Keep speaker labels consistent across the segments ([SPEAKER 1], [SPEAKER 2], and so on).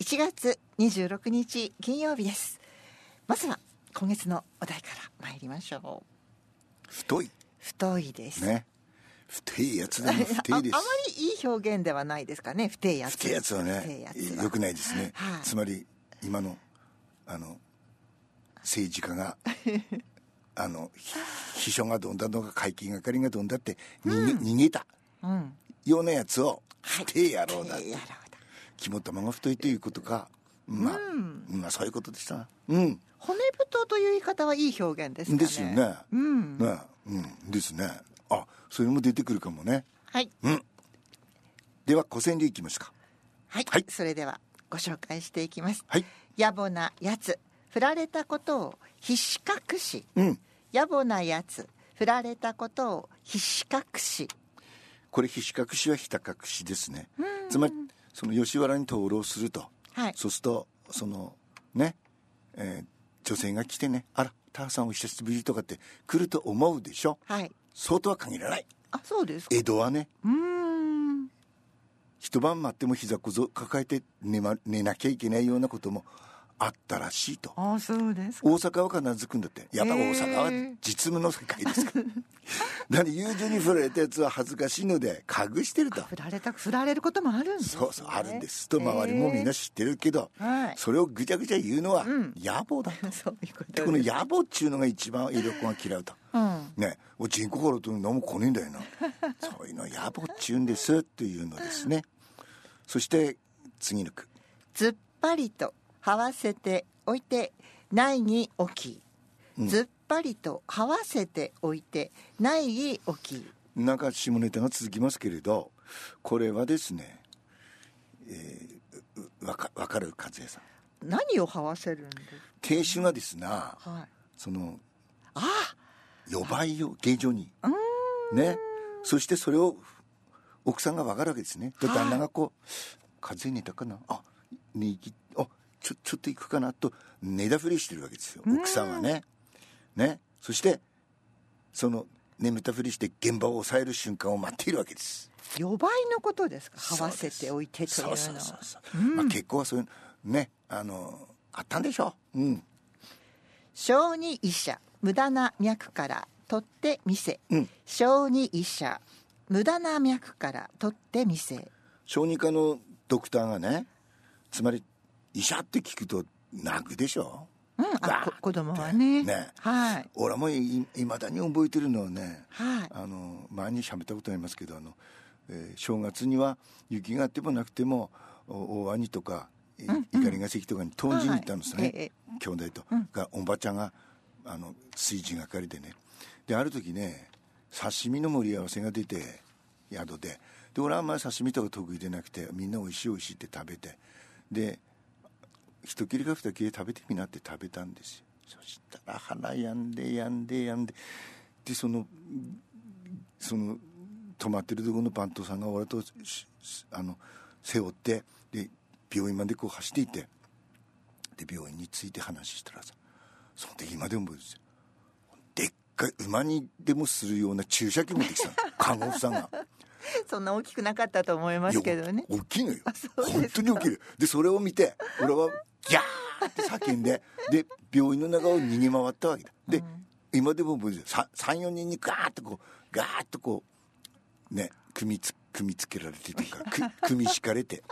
[SPEAKER 1] 7月26日金曜日ですまずは今月のお題から参りましょう
[SPEAKER 2] 太い
[SPEAKER 1] 太いです、
[SPEAKER 2] ね太いやつで も
[SPEAKER 1] あ
[SPEAKER 2] 太
[SPEAKER 1] あま
[SPEAKER 2] い
[SPEAKER 1] り
[SPEAKER 2] です
[SPEAKER 1] いい表現ではないですかね太いやつ
[SPEAKER 2] 太いやつは
[SPEAKER 1] 太い
[SPEAKER 2] ね
[SPEAKER 1] やつは
[SPEAKER 2] 良くないですね、
[SPEAKER 1] はい
[SPEAKER 2] つまり今のあの政治 家があのひ秘書がどんだとか会計係がどんだって逃げ,、逃げた
[SPEAKER 1] うん
[SPEAKER 2] ようなやつを
[SPEAKER 1] はい
[SPEAKER 2] 太い野郎だ、
[SPEAKER 1] 太い野郎だ
[SPEAKER 2] 肝玉が太いということかまあ、まあそういうことでしたうん
[SPEAKER 1] 骨太という言い方はいい表現ですかね
[SPEAKER 2] ですよね、
[SPEAKER 1] うん
[SPEAKER 2] ねうんですねあそれも出てくるかもね
[SPEAKER 1] はい
[SPEAKER 2] では古川流いきますか
[SPEAKER 1] はい、
[SPEAKER 2] はい
[SPEAKER 1] それではご紹介していきます、
[SPEAKER 2] はい
[SPEAKER 1] 野暮なやつ振られたことを必死隠し、
[SPEAKER 2] うん
[SPEAKER 1] 野暮なやつ振られたことを必死隠し
[SPEAKER 2] これひし隠しはひた隠しですねつまりその吉原に灯籠すると、
[SPEAKER 1] はい
[SPEAKER 2] そうするとそのね、えー女性が来てね「あらターさんお久しぶり」とかって来ると思うでしょ
[SPEAKER 1] はい
[SPEAKER 2] そうとは限らない
[SPEAKER 1] あそうですか
[SPEAKER 2] 江戸はね
[SPEAKER 1] うーん
[SPEAKER 2] 一晩待っても膝こぞ抱えて寝,、ま、寝なきゃいけないようなこともあったらしいと
[SPEAKER 1] あそうですか
[SPEAKER 2] 大阪は必ず来るんだってやっぱ大阪は
[SPEAKER 1] へー
[SPEAKER 2] 実務の世界ですから だから友情に振られたやつは恥ずかしいので隠してると
[SPEAKER 1] 振られた振られることもあるんですね
[SPEAKER 2] そうそうあるんですと周りもみんな知ってるけど、
[SPEAKER 1] へーはい
[SPEAKER 2] それをぐちゃぐちゃ言うのは野暮だ と、
[SPEAKER 1] そういうこと
[SPEAKER 2] でこの野暮っちゅうのが一番江戸っ子が嫌うと
[SPEAKER 1] うん
[SPEAKER 2] ねお人口からと何も来ねえんだよ なそういうの野暮っちゅうんですっていうのですねそして次の句
[SPEAKER 1] ずっぱりとはわせておいてないに置き、ずっぱりとはわせておいてないに置き
[SPEAKER 2] なんか下ネタが続きますけれどこれはですね、えーうわかわかる和江さん
[SPEAKER 1] 何をはわせるんです
[SPEAKER 2] 亭主がですな
[SPEAKER 1] か、はい、
[SPEAKER 2] その
[SPEAKER 1] あ
[SPEAKER 2] 予売を芸場にねそしてそれを奥さんが分かるわけですねで
[SPEAKER 1] はい
[SPEAKER 2] 旦那がこう「風邪寝たかなあねぎあちょちょっと行くかな」と寝だふりしてるわけですよ奥さんはねねそしてその眠たふりして現場を抑える瞬間を待っているわけです
[SPEAKER 1] 予売のことですかはわせておいてというのは
[SPEAKER 2] そうそうそうそうまあ結構はそういうねあのあったんでしょううん
[SPEAKER 1] 小児医者無駄な脈から取ってみせ、
[SPEAKER 2] うん
[SPEAKER 1] 小児医者無駄な脈から取ってみせ
[SPEAKER 2] 小児科のドクターがねつまり医者って聞くと泣くでしょ
[SPEAKER 1] うん
[SPEAKER 2] わ
[SPEAKER 1] あ
[SPEAKER 2] あ
[SPEAKER 1] こ子供はね
[SPEAKER 2] ね
[SPEAKER 1] はい
[SPEAKER 2] 俺もいいまだに覚えてるのはね、
[SPEAKER 1] はい
[SPEAKER 2] あの前に喋ったことありますけどあの、えー正月には雪があってもなくてもお大兄とかい碇ヶ関とかに豚汁に行ったんですよね、
[SPEAKER 1] はいえ
[SPEAKER 2] 兄弟と、がおばちゃんがあの炊事係でねである時ね刺身の盛り合わせが出て宿でで俺はあんまり刺身とか得意でなくてみんなおいしいおいしいって食べてで一切れか二切れ食べてみなって食べたんですよそしたら鼻やんでやんでやんででそのその泊まってるところの番頭さんが俺とししあの背負ってで病院までこう走っていってで病院について話したらさその時今でも覚えてるんですよでっかい馬にでもするような注射器持ってきたの看護婦さんが。
[SPEAKER 1] そんな大きくなかったと思いますけどね
[SPEAKER 2] いや大きいのよ
[SPEAKER 1] そう
[SPEAKER 2] 本
[SPEAKER 1] です
[SPEAKER 2] 当に大きいのよでそれを見て俺はギャーって叫んでで病院の中を逃げ回ったわけだで、今でも覚えてる34人にガーッとこうガーッとこうね組みつ組みつけられてというか く組み敷かれて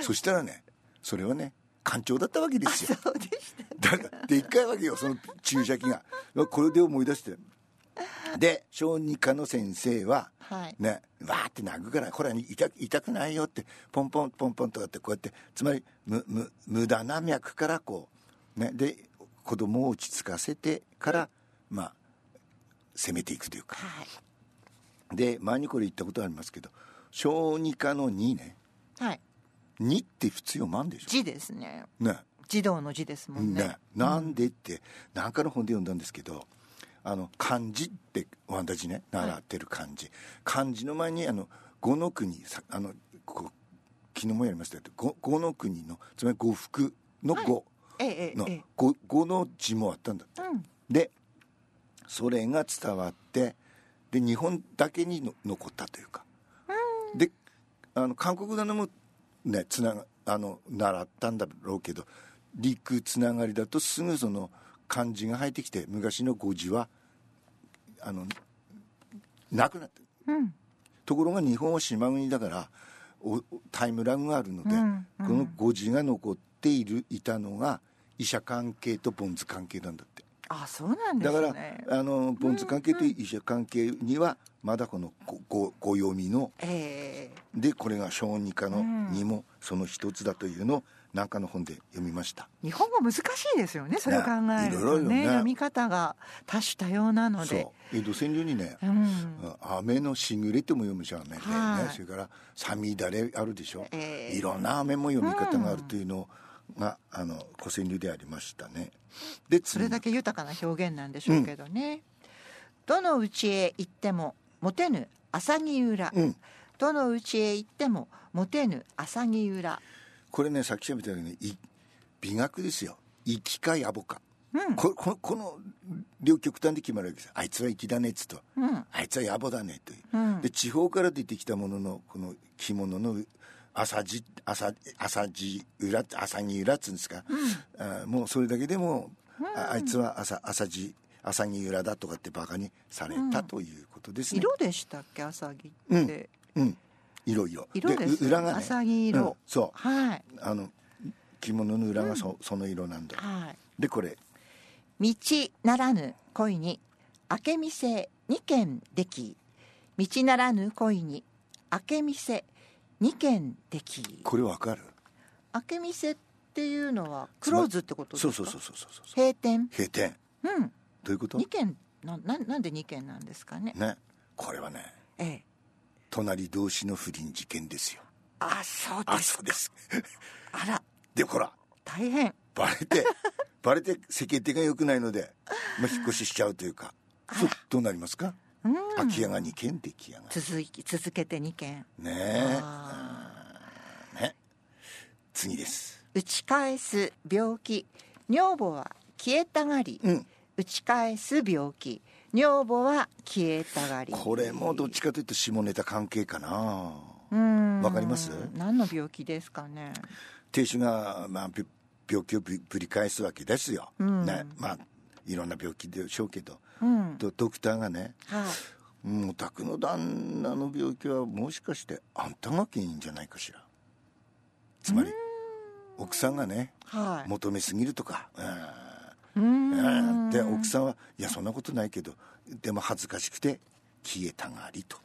[SPEAKER 2] そしたらねそれはね艦長だったわけですよ
[SPEAKER 1] そうでした
[SPEAKER 2] だからでっかいわけよその注射器がこれで思い出してで小児科の先生は、
[SPEAKER 1] はい
[SPEAKER 2] ねわーって泣くからこれは痛く痛くないよってポンポンポンポンとかってこうやってつまりむむ無駄な脈からこう、ね、で子供を落ち着かせてからまあ攻めていくというか
[SPEAKER 1] はい
[SPEAKER 2] で前にこれ言ったことありますけど小児科の2ね
[SPEAKER 1] はい
[SPEAKER 2] 2って普通読まんでし
[SPEAKER 1] 字ですね
[SPEAKER 2] ょね
[SPEAKER 1] 児童の字ですもんね
[SPEAKER 2] ね、なんでって何かの本で読んだんですけどあの漢字ってワンダジね習ってる漢字、漢字の前にあの五の国さあのこう昨日もやりましたけど五五の国のつまり五福の五
[SPEAKER 1] ええええ
[SPEAKER 2] の
[SPEAKER 1] ええ
[SPEAKER 2] 五五の字もあったんだって、
[SPEAKER 1] うん
[SPEAKER 2] でそれが伝わってで日本だけにの残ったというか、であの韓国語のもねつながあの習ったんだろうけど陸つながりだとすぐその漢字が入ってきて昔の語字はあのなくなってる
[SPEAKER 1] うん
[SPEAKER 2] ところが日本は島国だからおタイムラグがあるので、
[SPEAKER 1] うんうん
[SPEAKER 2] この語字が残っているいたのが医者関係とボンズ関係なんだって
[SPEAKER 1] あそうなんで
[SPEAKER 2] だか
[SPEAKER 1] す
[SPEAKER 2] ら、
[SPEAKER 1] ね
[SPEAKER 2] あのボンズ関係と医者関係にはまだこのごごご読みの
[SPEAKER 1] ええ
[SPEAKER 2] でこれが小児科の
[SPEAKER 1] うん
[SPEAKER 2] にもその一つだというのを何かの本で読みました。
[SPEAKER 1] 日本語難しいですよねそれを考える
[SPEAKER 2] いろい
[SPEAKER 1] と
[SPEAKER 2] ろよ
[SPEAKER 1] ね
[SPEAKER 2] ね
[SPEAKER 1] 読み方が多種多様なので
[SPEAKER 2] そう江戸川柳にね
[SPEAKER 1] う、ん
[SPEAKER 2] 雨のしぐれとも読むし雨でね、
[SPEAKER 1] はい
[SPEAKER 2] それからさみだれあるでしょ、
[SPEAKER 1] ええ
[SPEAKER 2] いろんな雨も読み方があるというのが、あの古川柳でありましたねで
[SPEAKER 1] それだけ豊かな表現なんでしょうけどね、どのうちへ行ってもモテぬ朝木浦、
[SPEAKER 2] うん
[SPEAKER 1] どのうちへ行ってもモテぬ朝木浦
[SPEAKER 2] これねさっき喋ったようにい美学ですよ生きか野暮か、
[SPEAKER 1] うん
[SPEAKER 2] こここの両極端で決まるわけですあいつは生きだねっつうと
[SPEAKER 1] うん
[SPEAKER 2] あいつは野暮だねという、
[SPEAKER 1] うん
[SPEAKER 2] で地方から出てきたもののこの着物の朝地朝朝地裏朝に裏っつうんですか、あーもうそれだけでも、ああいつは朝朝地朝に裏だとかってバカにされたということですね、
[SPEAKER 1] 色でしたっけ朝木って、
[SPEAKER 2] うんうんいろいろ
[SPEAKER 1] 色です
[SPEAKER 2] う裏がね
[SPEAKER 1] 朝木色
[SPEAKER 2] うんそ
[SPEAKER 1] はい、
[SPEAKER 2] うあの着物の裏がそ,、その色なんだ
[SPEAKER 1] はい
[SPEAKER 2] でこれ
[SPEAKER 1] 道ならぬ恋に明け店二軒でき道ならぬ恋に明け店二軒でき
[SPEAKER 2] これわかる
[SPEAKER 1] 明け店っていうのはクローズってことですか
[SPEAKER 2] そうそうそうそうそうそう
[SPEAKER 1] 閉店
[SPEAKER 2] 閉店
[SPEAKER 1] うん
[SPEAKER 2] どういうこと
[SPEAKER 1] 二軒なななんで二軒なんですかね
[SPEAKER 2] ねこれはね
[SPEAKER 1] ええ
[SPEAKER 2] 隣同士の不倫事件ですよ
[SPEAKER 1] あそう
[SPEAKER 2] あ
[SPEAKER 1] です
[SPEAKER 2] そうです
[SPEAKER 1] あら
[SPEAKER 2] でほら
[SPEAKER 1] 大変
[SPEAKER 2] バレてバレて世間体が良くないので、まあ、引っ越ししちゃうというかそうどうなりますか
[SPEAKER 1] うん
[SPEAKER 2] 空き家が2軒出来家が
[SPEAKER 1] 続き続けて二軒
[SPEAKER 2] ねえ
[SPEAKER 1] あ
[SPEAKER 2] うんね次です
[SPEAKER 1] 打ち返す病気女房は消えたがり、
[SPEAKER 2] うん
[SPEAKER 1] 打ち返す病気女房は消えたがり
[SPEAKER 2] これもどっちかというと下ネタ関係かな
[SPEAKER 1] うん
[SPEAKER 2] わかります
[SPEAKER 1] 何の病気ですかね
[SPEAKER 2] 亭主が、まあ、び病気をぶぶり返すわけですよ、
[SPEAKER 1] ん
[SPEAKER 2] ねまあいろんな病気でしょうけど、
[SPEAKER 1] うん
[SPEAKER 2] とドクターがね
[SPEAKER 1] はい
[SPEAKER 2] うんお宅の旦那の病気はもしかしてあんたが原因じゃないかしらつまり奥さんがね
[SPEAKER 1] はい
[SPEAKER 2] 求めすぎるとか
[SPEAKER 1] う
[SPEAKER 2] うん
[SPEAKER 1] ん
[SPEAKER 2] うんで奥さんはいやそんなことないけどでも恥ずかしくて消えたがりと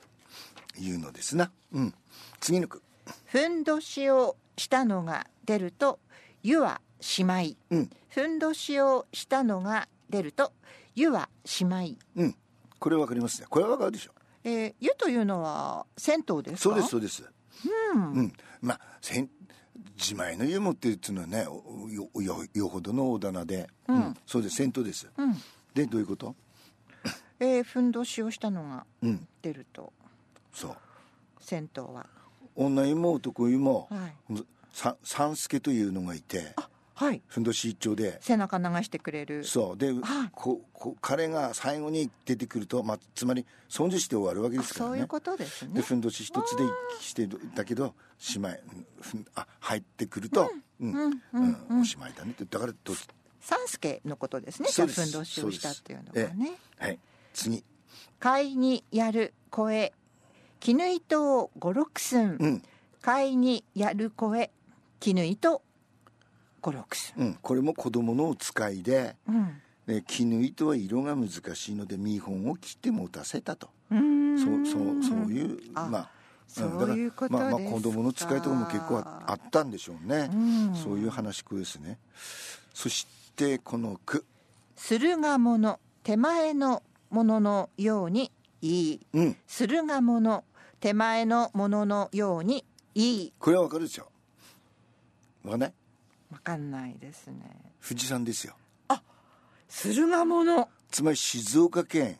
[SPEAKER 2] いうのですな、うん、次の句
[SPEAKER 1] ふんどしをしたのが出ると湯はしまい、
[SPEAKER 2] うん
[SPEAKER 1] ふんどしをしたのが出ると湯はしまい、
[SPEAKER 2] うんこれわかりますねこれはわかるでしょ
[SPEAKER 1] えー、湯というのは銭湯ですか
[SPEAKER 2] そうですそうですうん、まあせん自前の湯持ってるっていうのはねおよよよほどの大棚で、うんそうです銭湯です、
[SPEAKER 1] うん
[SPEAKER 2] でどういうこと
[SPEAKER 1] えー、ふんどしをしたのが
[SPEAKER 2] うん
[SPEAKER 1] 出ると
[SPEAKER 2] そう
[SPEAKER 1] 銭湯は
[SPEAKER 2] 女湯も男湯も、
[SPEAKER 1] はい
[SPEAKER 2] さ三助というのがいて
[SPEAKER 1] はい
[SPEAKER 2] ふんどし一丁で
[SPEAKER 1] 背中流してくれる
[SPEAKER 2] そうで、
[SPEAKER 1] はい
[SPEAKER 2] ここ彼が最後に出てくると、まあ、つまり損じして終わるわけ
[SPEAKER 1] あ
[SPEAKER 2] ですからね
[SPEAKER 1] そういうことです
[SPEAKER 2] で
[SPEAKER 1] ね
[SPEAKER 2] ふんどし一つでしてるだけどしまいふんあ入ってくると、うん
[SPEAKER 1] うんう
[SPEAKER 2] うんん
[SPEAKER 1] うん
[SPEAKER 2] おしまいだねってだからどっち
[SPEAKER 1] 三助のことですねじ
[SPEAKER 2] そ
[SPEAKER 1] ゃあ
[SPEAKER 2] うです
[SPEAKER 1] ふんどしをしたっていうの
[SPEAKER 2] そう
[SPEAKER 1] が
[SPEAKER 2] です
[SPEAKER 1] ね
[SPEAKER 2] はい次
[SPEAKER 1] 買いにやる声絹糸を五六寸、
[SPEAKER 2] うん
[SPEAKER 1] 買いにやる声絹糸五六寸
[SPEAKER 2] うん、これも子供のお使いで
[SPEAKER 1] うん
[SPEAKER 2] で絹糸は色が難しいので見本を切って持たせたと
[SPEAKER 1] うーん
[SPEAKER 2] そうそうそういう
[SPEAKER 1] あ
[SPEAKER 2] まあん
[SPEAKER 1] そういうこと
[SPEAKER 2] まあ、まあ
[SPEAKER 1] ですか
[SPEAKER 2] 子供の使いとかも結構ああったんでしょうね、
[SPEAKER 1] ん
[SPEAKER 2] そういう話し子ですねそしてこの句
[SPEAKER 1] 駿河物手前のもののようにいい
[SPEAKER 2] うん
[SPEAKER 1] 駿河物手前のもののようにいい
[SPEAKER 2] これはわかるでしょわかんない
[SPEAKER 1] わかんないですね
[SPEAKER 2] 富士山ですよ
[SPEAKER 1] 駿河物は
[SPEAKER 2] つまり静岡県、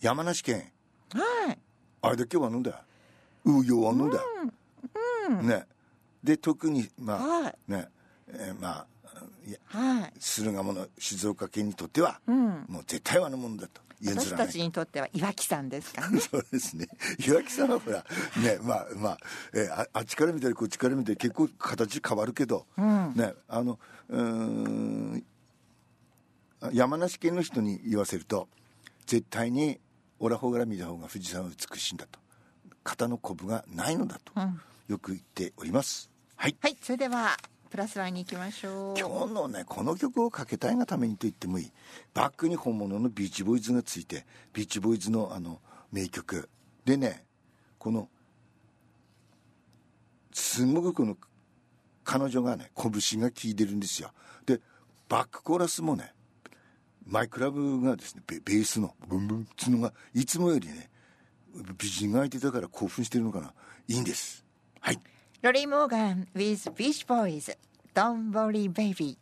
[SPEAKER 2] 山梨県
[SPEAKER 1] い
[SPEAKER 2] あれだけはのだうよはのだ、ねで特にまあ
[SPEAKER 1] はい
[SPEAKER 2] ねえーまあいや
[SPEAKER 1] はい
[SPEAKER 2] 駿河の静岡県にとっては、
[SPEAKER 1] うん
[SPEAKER 2] もう絶対はのものだと言
[SPEAKER 1] 私
[SPEAKER 2] ずら
[SPEAKER 1] た
[SPEAKER 2] ない
[SPEAKER 1] ちにとっては岩木山ですからね
[SPEAKER 2] そうですね。岩木さんはほら、ね、まあまあ、えーああっちから見たりこっちから見たり結構形変わるけど、ね、あの、うーん、あ山梨県の人に言わせると、絶対にオラホがラ見た方が富士山は美しいんだと。型のコブがないのだと、よく言っております。はい。
[SPEAKER 1] はいそれではプラスワンに行きましょう
[SPEAKER 2] 今日のねこの曲をかけたいがためにと言ってもいいバックに本物のビーチボーイズがついてビーチボーイズのあの名曲でねこのすんごくこの彼女がね拳が効いてるんですよでバックコーラスもねマイクラブがですねベベースのブンブンっつうのがいつもよりね美人が相手だから興奮してるのかないいんですはい
[SPEAKER 1] ロリー・モーガン with Beach Boys Don't worry baby